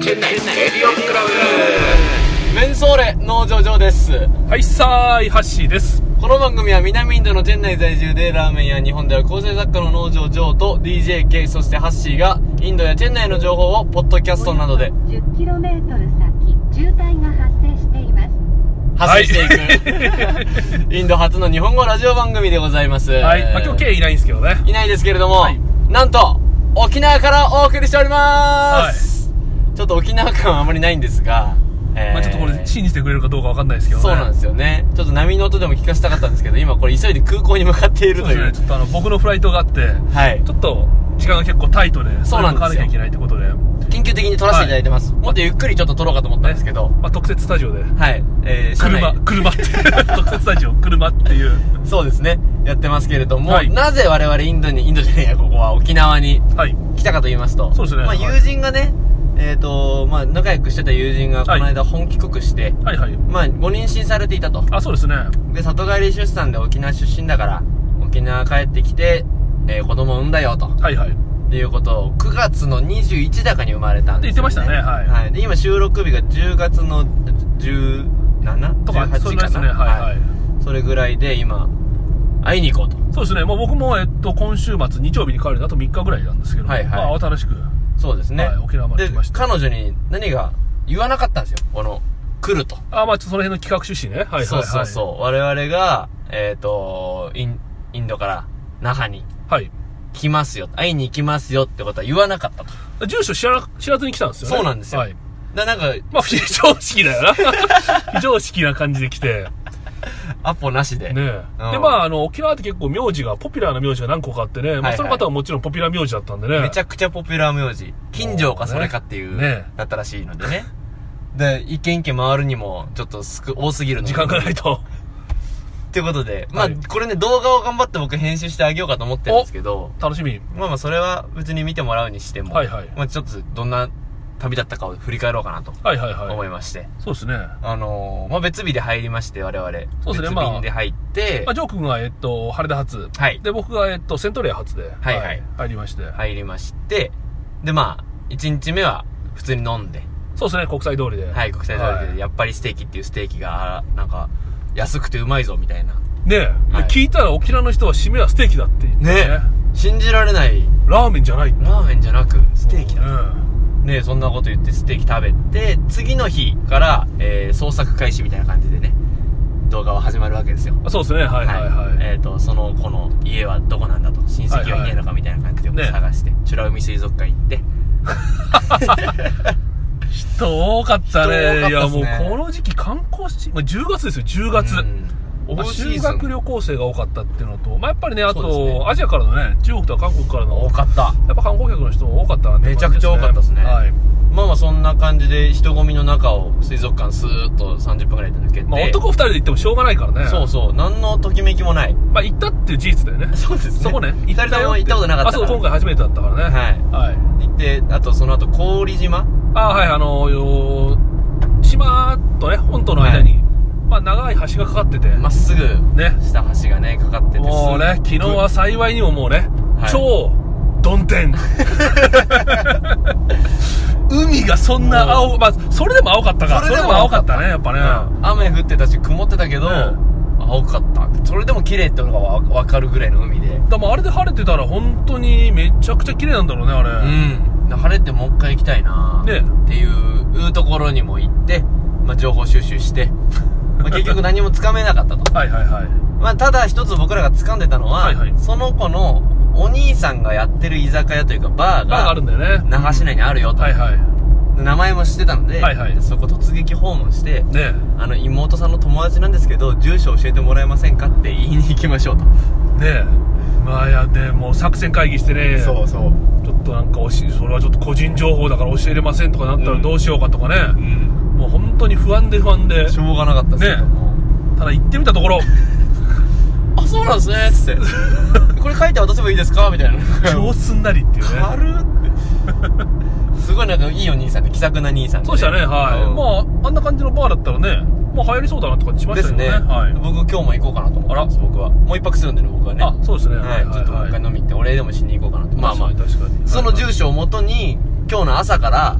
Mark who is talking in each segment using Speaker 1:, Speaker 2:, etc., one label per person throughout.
Speaker 1: レディオンクラブ
Speaker 2: メンソーレ農場上です
Speaker 3: はい、さーい、ハッシーです。
Speaker 2: この番組は南インドのチェン内在住でラーメンや日本では構成作家の農場上と DJK そしてハッシーがインドやチェン内の情報をポッドキャストなどで
Speaker 4: 10キロメートル先渋滞が発生しています
Speaker 2: 発信していく、インド初の日本語ラジオ番組でございます
Speaker 3: はい、まあ、今日 K いないんですけどね。
Speaker 2: いないですけれども、
Speaker 3: はい
Speaker 2: なんと沖縄からお送りしております、ちょっと沖縄感はあまりないんですが、えー
Speaker 3: まあ、ちょっとこれ信じてくれるかどうかわかんないですけどね。
Speaker 2: そうなんですよねちょっと波の音でも聞かせたかったんですけど今これ急いで空港に向かっている
Speaker 3: そう
Speaker 2: と
Speaker 3: で
Speaker 2: い
Speaker 3: す
Speaker 2: う
Speaker 3: ね。ちょっとあの、僕のフライトがあって、
Speaker 2: はい
Speaker 3: ちょっと時間が結構タイトで、
Speaker 2: そうなんですよ
Speaker 3: れに向かわなきゃいけないってことで、
Speaker 2: 緊急的に撮らせていただいてます、もっとゆっくりちょっと撮ろうかと思ったんですけど、
Speaker 3: まあ、特設スタジオで、
Speaker 2: はい、えー、車内
Speaker 3: 車、車って、 特設スタジオ、車っていう。
Speaker 2: そうですねやってますけれども、
Speaker 3: はい
Speaker 2: なぜ我々インドにインドじゃねえやここは沖縄に
Speaker 3: はい。
Speaker 2: 来たかと言いますと
Speaker 3: そうです
Speaker 2: ま
Speaker 3: ね
Speaker 2: あ、
Speaker 3: はい
Speaker 2: 友人がね、えっ、とまあ仲良くしてた友人がこの間本帰国して、
Speaker 3: はいはい。
Speaker 2: まあご妊娠されていたと
Speaker 3: あ、そうですね。
Speaker 2: で里帰り出産で沖縄出身だから沖縄帰ってきて、えー子供産んだよと
Speaker 3: はいはい。
Speaker 2: っていうことを9月の21だかに生まれたんですよ、ね、
Speaker 3: って言ってましたねはい
Speaker 2: で今収録日が10月の 17?
Speaker 3: とか、
Speaker 2: 18
Speaker 3: そ
Speaker 2: か
Speaker 3: うで
Speaker 2: な
Speaker 3: すね。はいはい。
Speaker 2: それぐらいで今会いに行こうと
Speaker 3: そうですね。もう僕も、えっと、今週末、日曜日に帰るんで、あと3日ぐらいなんですけど、
Speaker 2: はいはい
Speaker 3: まあ、慌ただしく。
Speaker 2: そうですね、
Speaker 3: はい沖縄まで来ました
Speaker 2: 彼女に何が言わなかったんですよこの来ると、
Speaker 3: あ、まあ、ちょっとその辺の企画趣旨ね。はいはいはい。
Speaker 2: そうそうそう我々がえっ、とインインドから那覇に
Speaker 3: う。はい。
Speaker 2: 来ますよ会いに行きますよってことは言わなかったと
Speaker 3: 住所知らな知らずに来たんですよね。
Speaker 2: そうなんですよ
Speaker 3: はい。
Speaker 2: だなんか
Speaker 3: まあ、非常識だ よな。非常識な感じで来て。
Speaker 2: アポなしで、
Speaker 3: ねえ。
Speaker 2: うん
Speaker 3: で、まあ、あの、沖縄って結構名字が、ポピュラーな名字が何個かあってね。
Speaker 2: はい
Speaker 3: ま
Speaker 2: は
Speaker 3: あ、
Speaker 2: い
Speaker 3: その方はもちろんポピュラー名字だったんで ね。
Speaker 2: めちゃくちゃポピュラー名字近所かそれかっていう、
Speaker 3: ねね
Speaker 2: だったらしいのでねで一軒一軒回るにもちょっとすく多すぎるので
Speaker 3: 時間がな いと。
Speaker 2: ってことでまあ、
Speaker 3: はい
Speaker 2: これね動画を頑張って僕編集してあげようかと思ってるんですけど
Speaker 3: 楽しみ。
Speaker 2: まあまあそれは別に見てもらうにしても、
Speaker 3: はいはい
Speaker 2: まあちょっとどんな旅だったかを振り返ろうかなと
Speaker 3: はいはいはい。
Speaker 2: 思いまして、
Speaker 3: そうですね。
Speaker 2: あのー、まあ別日で入りまして我々
Speaker 3: そうですね
Speaker 2: 別
Speaker 3: まあ
Speaker 2: 便で入って、
Speaker 3: まあ、ジョー君が、えっと、羽田発。
Speaker 2: はい
Speaker 3: で、僕が、えっと、セントレア発で。
Speaker 2: はいはい
Speaker 3: 入りまして。
Speaker 2: 入りましてでまあ1日目は普通に飲んで
Speaker 3: そうですね、国際通りで。
Speaker 2: はい、国際通り
Speaker 3: は
Speaker 2: で、
Speaker 3: い
Speaker 2: やっぱりステーキっていうステーキが、なんか、安くてうまいぞ、みたいな。
Speaker 3: ねえ。で
Speaker 2: はい
Speaker 3: 聞いたら沖縄の人は締めはステーキだって言って。
Speaker 2: ね信じられない、
Speaker 3: ラーメンじゃない。
Speaker 2: ラーメンじゃなく、ステーキだ。
Speaker 3: うん
Speaker 2: ねそんなこと言ってステーキ食べて、次の日から、えー、創作開始みたいな感じでね、動画は始まるわけですよ。
Speaker 3: あそうですね、はいはいはい。
Speaker 2: えっ、と、その子の家はどこなんだと、親戚はいねえのかみたいな感じで
Speaker 3: はいはいね
Speaker 2: 探して、美ら海水族館行って、
Speaker 3: 人多かったね。
Speaker 2: 人多
Speaker 3: い
Speaker 2: かった
Speaker 3: や、
Speaker 2: っす
Speaker 3: も
Speaker 2: ね
Speaker 3: うこの時期観光し、まあ、10月ですよ、10月。
Speaker 2: うんオ
Speaker 3: まあ
Speaker 2: フシーズン
Speaker 3: 修学旅行生が多かったっていうのと、まあ、やっぱりね、あ
Speaker 2: そうです
Speaker 3: と、
Speaker 2: ね
Speaker 3: アジアからのね、中国とか韓国からの、
Speaker 2: 多かった。
Speaker 3: やっぱ観光客の人多かったなっていう感じ
Speaker 2: めちゃくちゃ多かったっすね
Speaker 3: はい。
Speaker 2: まあまあそんな感じで人混みの中を水族館スーッと30分くらいで抜けて、
Speaker 3: まあ、男二人で行ってもしょうがないからね。
Speaker 2: そうそう何のときめきもない
Speaker 3: まあ、行ったっていう事実だよね。
Speaker 2: そうですね
Speaker 3: そこね。
Speaker 2: 二人とも行ったことなかった
Speaker 3: あ、そう、今
Speaker 2: 回
Speaker 3: 回初めてだったからね。
Speaker 2: はい
Speaker 3: はい。
Speaker 2: 行ってあとその後氷島
Speaker 3: あ、はい、あの、よ島とね、本島の間に、まあ、長い橋がかかってて、
Speaker 2: まっすぐ
Speaker 3: ね。
Speaker 2: 下橋がねかかってて
Speaker 3: もうね
Speaker 2: すっ、
Speaker 3: 昨
Speaker 2: ごい
Speaker 3: 日は幸いにももうね、
Speaker 2: はい
Speaker 3: 超どん天海がそんな青、まあ、それでも青かったから、それでも青かったね、やっぱね。
Speaker 2: うん雨降ってたし曇ってたけど、
Speaker 3: うん
Speaker 2: 青かったそれでも綺麗ってのがわわかるぐらいの海で
Speaker 3: でもあれで晴れてたら本当にめちゃくちゃ綺麗なんだろうね、あ
Speaker 2: う
Speaker 3: れ。
Speaker 2: ん晴れてもう一回行きたいな
Speaker 3: ね
Speaker 2: っていうところにも行って、まあ、情報収集して、まあ、結局何もつかめなかったと
Speaker 3: はいはいはい。
Speaker 2: まあ、ただ一つ僕らが掴んでたのは、
Speaker 3: はいはい
Speaker 2: その子のお兄さんがやってる居酒屋というかバー
Speaker 3: バーがある
Speaker 2: が
Speaker 3: んだよね。
Speaker 2: 那覇市内にあるよと、
Speaker 3: はいはい。
Speaker 2: 名前も知ってたので、
Speaker 3: はいはい
Speaker 2: そこ突撃訪問して
Speaker 3: ね
Speaker 2: あの妹さんの友達なんですけど住所教えてもらえませんかって言いに行きましょうと、
Speaker 3: ねまあいや、でも作戦会議してね、ちょ
Speaker 2: うそう
Speaker 3: っとなんかおし、それはちょっと個人情報だから教えれませんとかなったらどうしようかとかね。
Speaker 2: うん
Speaker 3: もう本当に不安で不安で。
Speaker 2: しょうがなかったですけども、
Speaker 3: ただ行ってみたところ、
Speaker 2: あそうなんですねっつってこれ書いて渡せばいいですかみたいな
Speaker 3: 超すんなりっていうね。
Speaker 2: 軽っってすごいなんかいいお兄さんで気さくな兄さんで、
Speaker 3: そうでしたね、はい。
Speaker 2: うん
Speaker 3: まあ、あんな感じのバーだったらね、まあ流行りそうだなとかしま
Speaker 2: で
Speaker 3: した
Speaker 2: す
Speaker 3: けどね。
Speaker 2: ね、
Speaker 3: はい。
Speaker 2: 僕今日も行こうかなと思ってます僕はもう一泊するんでね僕はね
Speaker 3: あ、そうですね。
Speaker 2: はい、ちょっともう一回飲み行ってお礼でもしに行こうかなとまあまあ
Speaker 3: 確かに。
Speaker 2: その
Speaker 3: はい
Speaker 2: 住所をもとに今日の朝から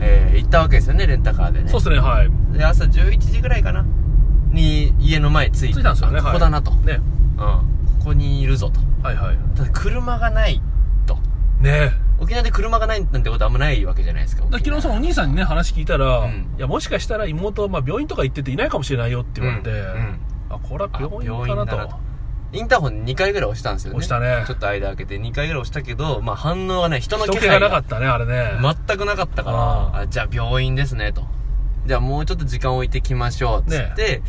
Speaker 2: えー行ったわけですよねレンタカーでね
Speaker 3: そうですね、はい。
Speaker 2: で朝11時ぐらいかなに家の前着いて
Speaker 3: 着いたんですよね、
Speaker 2: あ
Speaker 3: はい。
Speaker 2: ここだなと、
Speaker 3: ね。
Speaker 2: うん、ここにいるぞと
Speaker 3: はいはい。
Speaker 2: ただ車がないと
Speaker 3: ね
Speaker 2: 沖縄で車がないなんてことあんまないわけじゃないですか
Speaker 3: だから昨日そのお兄さんにね、話聞いたら、
Speaker 2: うん
Speaker 3: いや、もしかしたら妹は、まあ、病院とか行ってていないかもしれないよって言われて、
Speaker 2: うんうん
Speaker 3: あ、これは病院かなと。
Speaker 2: あ病院だなとインターホン2回ぐらい押したんですよね
Speaker 3: 押したね
Speaker 2: ちょっと間開けて2回ぐらい押したけど、まあ、反応がね人の
Speaker 3: 人
Speaker 2: 気
Speaker 3: 気
Speaker 2: 配
Speaker 3: がな
Speaker 2: が
Speaker 3: かったね、あれね。
Speaker 2: 全くなかったから
Speaker 3: あ
Speaker 2: あじゃあ病院ですねとじゃあもうちょっと時間置いてきましょうっつって、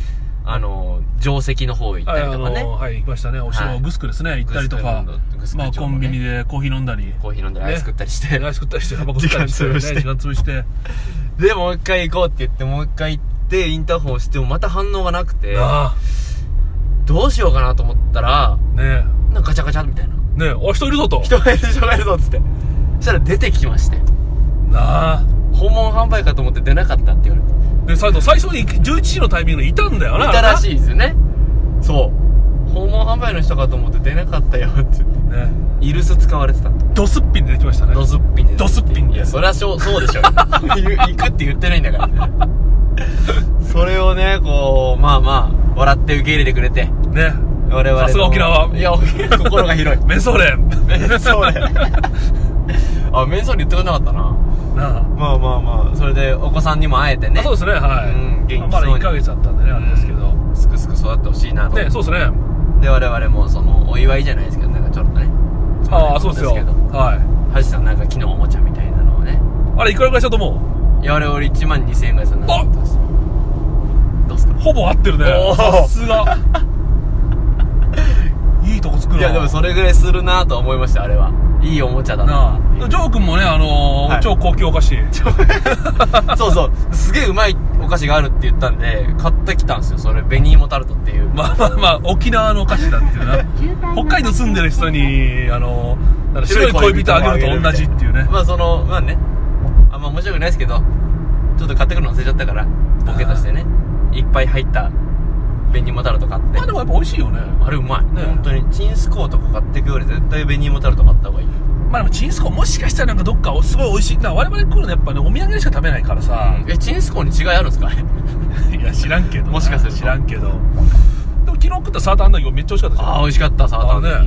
Speaker 2: あの定石の方行った
Speaker 3: はい、
Speaker 2: り
Speaker 3: あ
Speaker 2: とかね
Speaker 3: の、はい、行きましたね。お
Speaker 2: は
Speaker 3: 城、
Speaker 2: い
Speaker 3: グスクですね、行ったりとか
Speaker 2: グス、ク
Speaker 3: まあ、
Speaker 2: グスク町
Speaker 3: コ
Speaker 2: もね
Speaker 3: ンビニでコーヒー飲んだり、
Speaker 2: コーヒー飲んだりアイス食ったりして、
Speaker 3: ライス食ったりして、タバコ吸ったりして、ね、
Speaker 2: 時
Speaker 3: 時
Speaker 2: 間
Speaker 3: 間潰して。
Speaker 2: でもう一回行こうって言ってもう一回行ってインターホン押してもまた反応がなくて
Speaker 3: なあ、
Speaker 2: どうしようかなと思ったら
Speaker 3: ね
Speaker 2: なんかガチャガチャみたいな
Speaker 3: え、ねえ、あ、人いるぞと。
Speaker 2: 人がいる人がいるぞっつってそしたら出てきまして
Speaker 3: なあ。
Speaker 2: 訪問販売かと思って出なかったって言われて
Speaker 3: で、最後、最初に11時のタイミングでいたんだよな。
Speaker 2: いたら
Speaker 3: い。
Speaker 2: しいですよねそう訪問販売の人かと思って出なかったよって言って
Speaker 3: ね
Speaker 2: イルス使われてた
Speaker 3: ドスッピンで出てきましたね。
Speaker 2: ドスッピンで
Speaker 3: ドスッピン で
Speaker 2: いやそりゃそうそうでしょ言う行くって言ってないんだからそれをねこうまあまあ笑って受け入れてくれて
Speaker 3: ね
Speaker 2: 我々の
Speaker 3: さすが沖縄
Speaker 2: いや沖縄心が 広い
Speaker 3: メンソーレン。
Speaker 2: メンソーレあメンソーレ言ってくれなかったな
Speaker 3: なあ。
Speaker 2: まあまあまあそれでお子さんにも会えてね
Speaker 3: あそうですね、はい。
Speaker 2: うん元気そうに
Speaker 3: まだ1ヶ月だったんでね、あれですけど。
Speaker 2: すくすく育ってほしいなと、
Speaker 3: ね、そうですね。
Speaker 2: で我々もそのお祝いじゃないですけどなんかちょっとね
Speaker 3: ああ、そうですよ。
Speaker 2: けど
Speaker 3: は
Speaker 2: 橋さんなんか木のおもちゃみたいなのをね
Speaker 3: い。あれ、いくらぐらいしたと思
Speaker 2: いやあれ俺1万2000円ぐらいするな
Speaker 3: あ
Speaker 2: どうっすか
Speaker 3: うほぼ合ってるね
Speaker 2: お。ー
Speaker 3: さ すが。いいとこ作る
Speaker 2: い
Speaker 3: な。
Speaker 2: やでもそれぐらいするなと思いましたあれはいいおもちゃだ
Speaker 3: な
Speaker 2: な
Speaker 3: あ。ジョー君もね、あの
Speaker 2: はい
Speaker 3: ー、超高級お菓子。
Speaker 2: そうそうすげえうまいお菓子があるって言ったんで買ってきたんですよそれ紅芋タルトっていう
Speaker 3: まあまあまあ、沖縄のお菓子だっていうな。北海道住んでる人に、あのー、なんか白い恋人あげると同じっていうね。
Speaker 2: まあそのまあねあんま面白くないですけどちょっと買ってくるの忘れちゃったからボケとしてねいっぱい入った紅芋タルト買って
Speaker 3: まあでもやっぱ美味しいよね。
Speaker 2: あれうまい、
Speaker 3: ね
Speaker 2: 本当にチンスコーとか買ってくより絶対紅芋タルト買った方がいい
Speaker 3: まあでもチンスコもしかしたらなんかどっかすごい美味しいな我々来るのやっぱねお土産でしか食べないからさ、
Speaker 2: えチンスコーに違いあるんですかあれ
Speaker 3: いや知らんけどな
Speaker 2: もしかすると
Speaker 3: 知らんけどでも昨日食ったサーターアンダギーめっちゃ美味しかったじゃん
Speaker 2: ああ美味しかったサーターアンダギー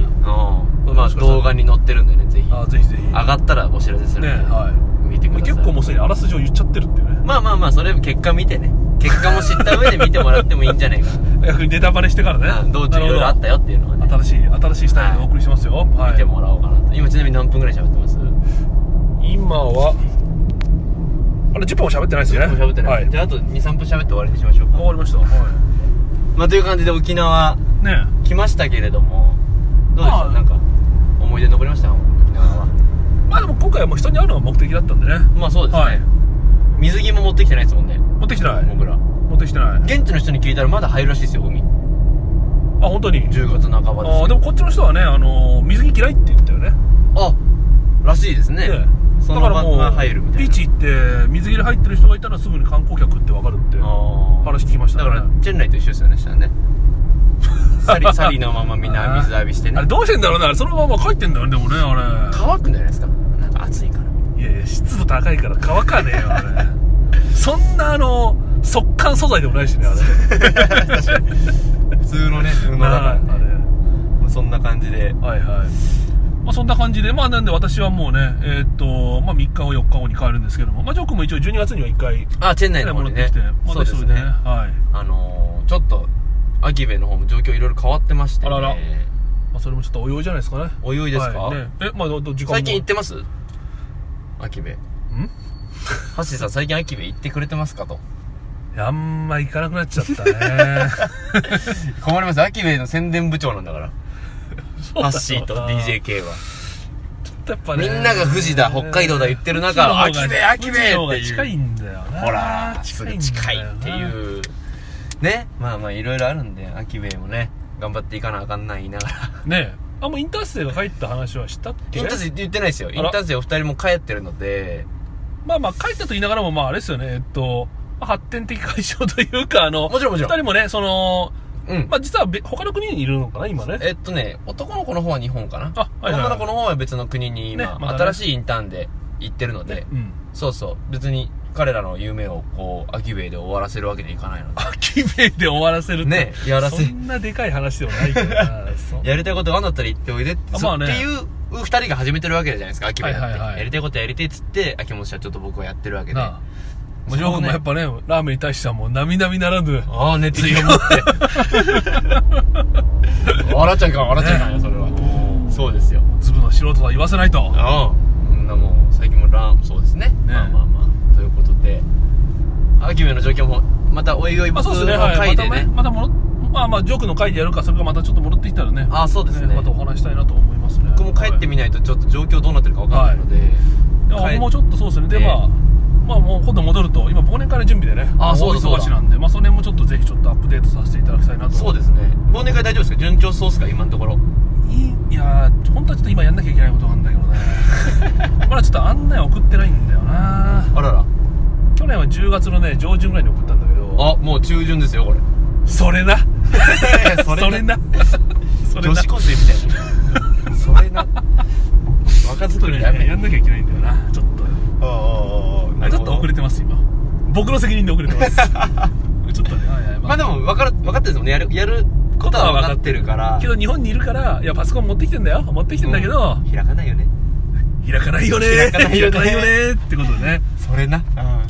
Speaker 2: うんまあ
Speaker 3: 美味しかった
Speaker 2: 動画に載ってるんでねぜひ
Speaker 3: あーぜひぜひ
Speaker 2: 上がったらお知らせするん
Speaker 3: ね
Speaker 2: で、
Speaker 3: は
Speaker 2: 見て
Speaker 3: い
Speaker 2: ください
Speaker 3: 結構もうすでにあらすじを言っちゃってるっていうね
Speaker 2: まあまあまあそれ結果見てね結果も知った上で見てもらってもいいんじゃないか
Speaker 3: 逆にネタバレしてから
Speaker 2: な、
Speaker 3: ね
Speaker 2: うん道中いろいろあったよっていうのは
Speaker 3: な
Speaker 2: ね
Speaker 3: るほど新しい新しいスタイルでお送りしますよ、はい
Speaker 2: 見てもらおうかなと今ちなみに何分ぐらい喋ってます
Speaker 3: 今はあれ10分も喋ってないですよね
Speaker 2: 喋ってない、
Speaker 3: はい、
Speaker 2: じゃああと23分喋って終わりにしましょうか
Speaker 3: 終わりましたは
Speaker 2: まあという感じで沖縄
Speaker 3: いね
Speaker 2: 来ましたけれどもどうでした、
Speaker 3: まあ
Speaker 2: なんか思い出残りました沖縄は
Speaker 3: まあでも今回はもう人に会うのが目的だったんでね
Speaker 2: まあそうですね、
Speaker 3: はい
Speaker 2: 水着も持ってきてないですもんね
Speaker 3: 持ってきてない
Speaker 2: 僕ら
Speaker 3: 持ってきてない
Speaker 2: 現地の人に聞いたらまだ入るらしいですよ海
Speaker 3: あ本当に
Speaker 2: 10月半ばです
Speaker 3: あーでもこっちの人はね、あのー水着嫌いって言ったよね
Speaker 2: あらしいですね、
Speaker 3: ええ
Speaker 2: そ
Speaker 3: だ
Speaker 2: の
Speaker 3: か
Speaker 2: ま
Speaker 3: らもう
Speaker 2: ま入るみたいな
Speaker 3: ビーチ行って水着で入ってる人がいたらすぐに観光客ってわかるって
Speaker 2: あー
Speaker 3: 話聞きました
Speaker 2: だ
Speaker 3: ね
Speaker 2: からチェンライと一緒ですよねした らねサリサリのままみんな水浴びして
Speaker 3: あれ
Speaker 2: ね
Speaker 3: どうしてんだろうねあれそのまま帰ってんだよねでもねあ
Speaker 2: 乾くんじゃないですかなんか暑いから
Speaker 3: れいやいや湿度高いから乾かねえよあ れそんなあの速乾素材でもないしねあれ
Speaker 2: 普通のね普通のだから
Speaker 3: なああ
Speaker 2: ねそんな感じで
Speaker 3: れはいはいまあそんな感じで、まあなんで私はもうね、えーっと、まあ3日後4日後に帰るんですけども、まあジョー君も一応12月には1回、
Speaker 2: あチェン内の方
Speaker 3: 戻
Speaker 2: に
Speaker 3: って
Speaker 2: ね
Speaker 3: きて、ま
Speaker 2: そう
Speaker 3: た
Speaker 2: で
Speaker 3: 一
Speaker 2: す
Speaker 3: 人でね、
Speaker 2: ね
Speaker 3: はい。
Speaker 2: あのー、ちょっと秋部の方も状況いろいろ変わってまして、ね、
Speaker 3: あららまあ、それもちょっとお用じゃないですかね。
Speaker 2: お用いですか
Speaker 3: はいね、え、まあ、どど時間も
Speaker 2: 最近行ってます秋部
Speaker 3: ん
Speaker 2: 橋さん最近秋部行ってくれてますかと
Speaker 3: いやあんま行かなくなっちゃったね。
Speaker 2: 困ります秋部の宣伝部長なんだから ハッシーと
Speaker 3: そうだ
Speaker 2: DJK は
Speaker 3: やっぱ
Speaker 2: み
Speaker 3: ね。
Speaker 2: んなが富士だ北海道だ言ってる中
Speaker 3: 富士の方が
Speaker 2: 秋部秋部っていう
Speaker 3: 富士の方が近いんだよな。
Speaker 2: ほらすぐ近い
Speaker 3: んだよな
Speaker 2: っていうねまあまあいろいろあるんで秋部もね頑張っていかなあかんない言いなが ら
Speaker 3: ねえ。あ、もうインターステが帰った話はしたっけ
Speaker 2: インタース言ってないですよイン
Speaker 3: あら
Speaker 2: タースお二人も帰ってるので
Speaker 3: まあまあ帰ったと言いながらも、まああれですよね、えっと、まあ発展的解消というか、あの、
Speaker 2: もちろんもちろん
Speaker 3: 二人もね、その、
Speaker 2: うん
Speaker 3: まあ実はべ他の国にいるのかな、今ね。
Speaker 2: えっとね男の子の方は日本かな
Speaker 3: あはいはい
Speaker 2: 女の子の方は別の国に今
Speaker 3: ねまだね
Speaker 2: 新しいインターンで行ってるので、
Speaker 3: うん。
Speaker 2: そうそう別に彼らの夢をこうアキベイで終わらせるわけにはいかないので
Speaker 3: アキベイで終わらせるって
Speaker 2: ねやらせ
Speaker 3: そんなでかい話でもないけど なそん
Speaker 2: やりたいことがあんだったら行っておいでって,
Speaker 3: あ
Speaker 2: そ、
Speaker 3: まあね
Speaker 2: っていう二人が始めてるわけじゃないですかアキベイだって、
Speaker 3: はいはいはい
Speaker 2: やりたいことやりてえっつって秋元社長と僕はやってるわけで
Speaker 3: なあ
Speaker 2: あ
Speaker 3: もちろん僕もやっぱねラーメンに対してはもう並々ならぬ
Speaker 2: あ熱意を持って 笑っちゃいかん笑っちゃいかんよそれは
Speaker 3: は
Speaker 2: そうですよ
Speaker 3: 粒の素人とは言わせないと
Speaker 2: ああそんなもう最近もラーンそうですねまあまあまあということで秋ベイの状況もまたおいおい
Speaker 3: まあ
Speaker 2: 僕
Speaker 3: そう
Speaker 2: の
Speaker 3: ですねはい
Speaker 2: 回でね,、
Speaker 3: またねまた戻っまあまあジョークの回でやるかそれかまたちょっと戻ってきたらね
Speaker 2: ああそうですね
Speaker 3: またお話したいなと思いますね
Speaker 2: 僕も帰ってみないとちょっと状況どうなってるかわかんないので、
Speaker 3: はいいやもうちょっとそうですねで
Speaker 2: ね
Speaker 3: まあまあもう今度戻ると今忘年会の準備でね
Speaker 2: あそうだ
Speaker 3: 大忙
Speaker 2: そ
Speaker 3: し
Speaker 2: うだ
Speaker 3: なんでまあその辺もちょっとぜひちょっとアップデートさせていただきたいなと
Speaker 2: そうですね忘年会大丈夫ですか順調そうですか今のところ
Speaker 3: いいやー本当はちょっと今やんなきゃいけないことがあるんだけ どねまだちょっと案内送ってないんだよな
Speaker 2: あらら
Speaker 3: 去年は10月のね上旬ぐらいに送ったんだけど
Speaker 2: あもう中旬ですよこれ
Speaker 3: それな
Speaker 2: そ
Speaker 3: それなそれ
Speaker 2: 女
Speaker 3: な
Speaker 2: 子高生みたいなそれな若作りやめ
Speaker 3: やんなきゃいけないんだよなちょっと
Speaker 2: あああ
Speaker 3: ちょっと遅れてます今僕の責任で遅れて ますちょっとねはいはい
Speaker 2: まあでも分かる分かってるんですもんねやるやることは分かってるから
Speaker 3: けど日本にいるからいやパソコン持ってきてんだよ持ってきてんだけど、
Speaker 2: うん開かないよね
Speaker 3: 開かないよね
Speaker 2: 開かないよね
Speaker 3: 開かないよねってことでね
Speaker 2: それなう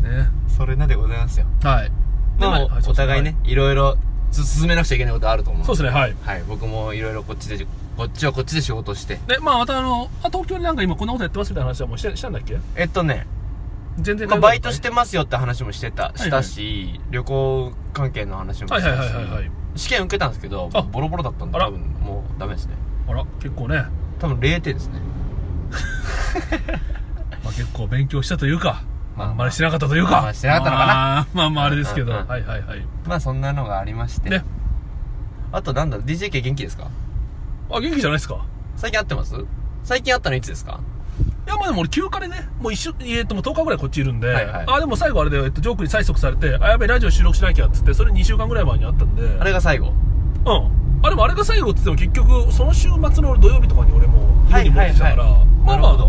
Speaker 2: ん
Speaker 3: ね
Speaker 2: それなでございますよ
Speaker 3: はい
Speaker 2: でも
Speaker 3: はい
Speaker 2: お互いねいろいろつ進めなくちゃいけないことあると思う
Speaker 3: そうですねはい
Speaker 2: はい僕もいろいろこっちでこっちはこっちで仕事して
Speaker 3: でまあまたあのあ東京になんか今こんなことやってますみたいな話はもうしてしたんだっけ
Speaker 2: えっとね
Speaker 3: 全然
Speaker 2: まあ、バイトして
Speaker 3: も
Speaker 2: ますよって話もしてた、したし、旅行関係の話もした
Speaker 3: はい
Speaker 2: し、
Speaker 3: はいはいはいはい
Speaker 2: 試験受けたんですけど
Speaker 3: あ、
Speaker 2: ボロボロだったんで、
Speaker 3: あら
Speaker 2: 多分もうダメですね。
Speaker 3: あら結構ね、ま
Speaker 2: 多分0点ですね。
Speaker 3: あ、結構勉強したというか
Speaker 2: ま
Speaker 3: ま
Speaker 2: あ
Speaker 3: あ、あんまりしてなかったというか、
Speaker 2: まあしてなかったのかな
Speaker 3: まあまあまああれですけど、
Speaker 2: うんうんうん
Speaker 3: はいはいはい
Speaker 2: まあそんなのがありまして。
Speaker 3: ね
Speaker 2: あとなんだろう、DJK 元気ですか
Speaker 3: あ元気じゃないですか
Speaker 2: 最近会ってます最近会ったのいつですか
Speaker 3: いやまあでも俺休暇でねもう一週えっともう10日ぐらいこっちいるんで、
Speaker 2: はいはい
Speaker 3: あでも最後あれで、えっと、ジョークに催促されてあやべえラジオ収録しなきゃっつってそれ2週間ぐらい前にあったんで
Speaker 2: あれが最後。
Speaker 3: うんあでもあれが最後っつっても結局その週末の土曜日とかに俺もう
Speaker 2: は
Speaker 3: 家
Speaker 2: い
Speaker 3: に戻ってきたから、
Speaker 2: はいはい
Speaker 3: まあ
Speaker 2: なるほ
Speaker 3: ま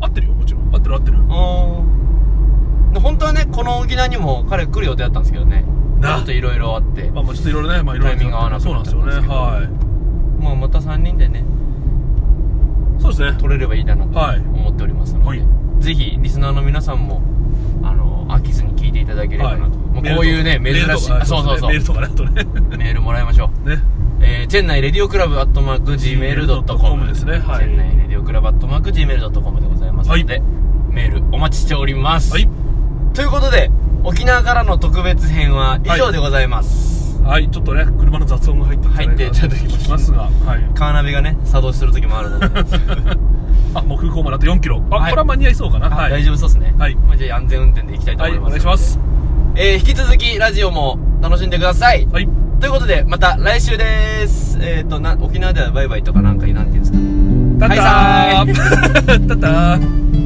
Speaker 3: あ合ってるよもちろん合ってる合ってる
Speaker 2: ど。うーん。で本当はね、この沖縄にも彼来る予定だったんですけどね。ちょ
Speaker 3: な
Speaker 2: っといろいろあって。
Speaker 3: まあまあちょっといろいろねまあいろいろ
Speaker 2: タイミングが合わなかった
Speaker 3: そうなんですよね
Speaker 2: んですけど
Speaker 3: は
Speaker 2: まあまた3人でね、
Speaker 3: いそうですね
Speaker 2: 取れればいいなと
Speaker 3: はい
Speaker 2: 思っておりますので、
Speaker 3: はい
Speaker 2: ぜひリスナーの皆さんもあの飽きずに聞いていただければなと、もうこういうね
Speaker 3: メ
Speaker 2: 珍
Speaker 3: ールと
Speaker 2: しい
Speaker 3: か
Speaker 2: あそうそうそう
Speaker 3: メールとかねあとね
Speaker 2: メールもらいましょう
Speaker 3: ね
Speaker 2: えー、チェンナイレディオクラブアットマーク Gmail.com
Speaker 3: gmail.com ですねはい
Speaker 2: チェンナイレディオクラブアットマーク Gmail.com でございますので、
Speaker 3: はい
Speaker 2: メールお待ちしております、
Speaker 3: はい
Speaker 2: ということで沖縄からの特別編は以上でございます、
Speaker 3: はいちょっとね車の雑音が入ってきたら
Speaker 2: 入って
Speaker 3: いただきもしますがはい
Speaker 2: カーナビがね作動してる時もある ので、
Speaker 3: あもう空港まであと4キロあ、
Speaker 2: はい
Speaker 3: これは間に合いそうかなはい
Speaker 2: 大丈夫そうですね、
Speaker 3: はい
Speaker 2: まあ、じゃあ安全運転でいきたいと
Speaker 3: は
Speaker 2: 思
Speaker 3: い
Speaker 2: い
Speaker 3: お
Speaker 2: ます、
Speaker 3: 願いします
Speaker 2: えー、引き続きラジオも楽しんでください
Speaker 3: はい
Speaker 2: ということでまた来週ですえっ、ー、とな沖縄ではバイバイとかなんかなんて言うんですかね
Speaker 3: タッタータッター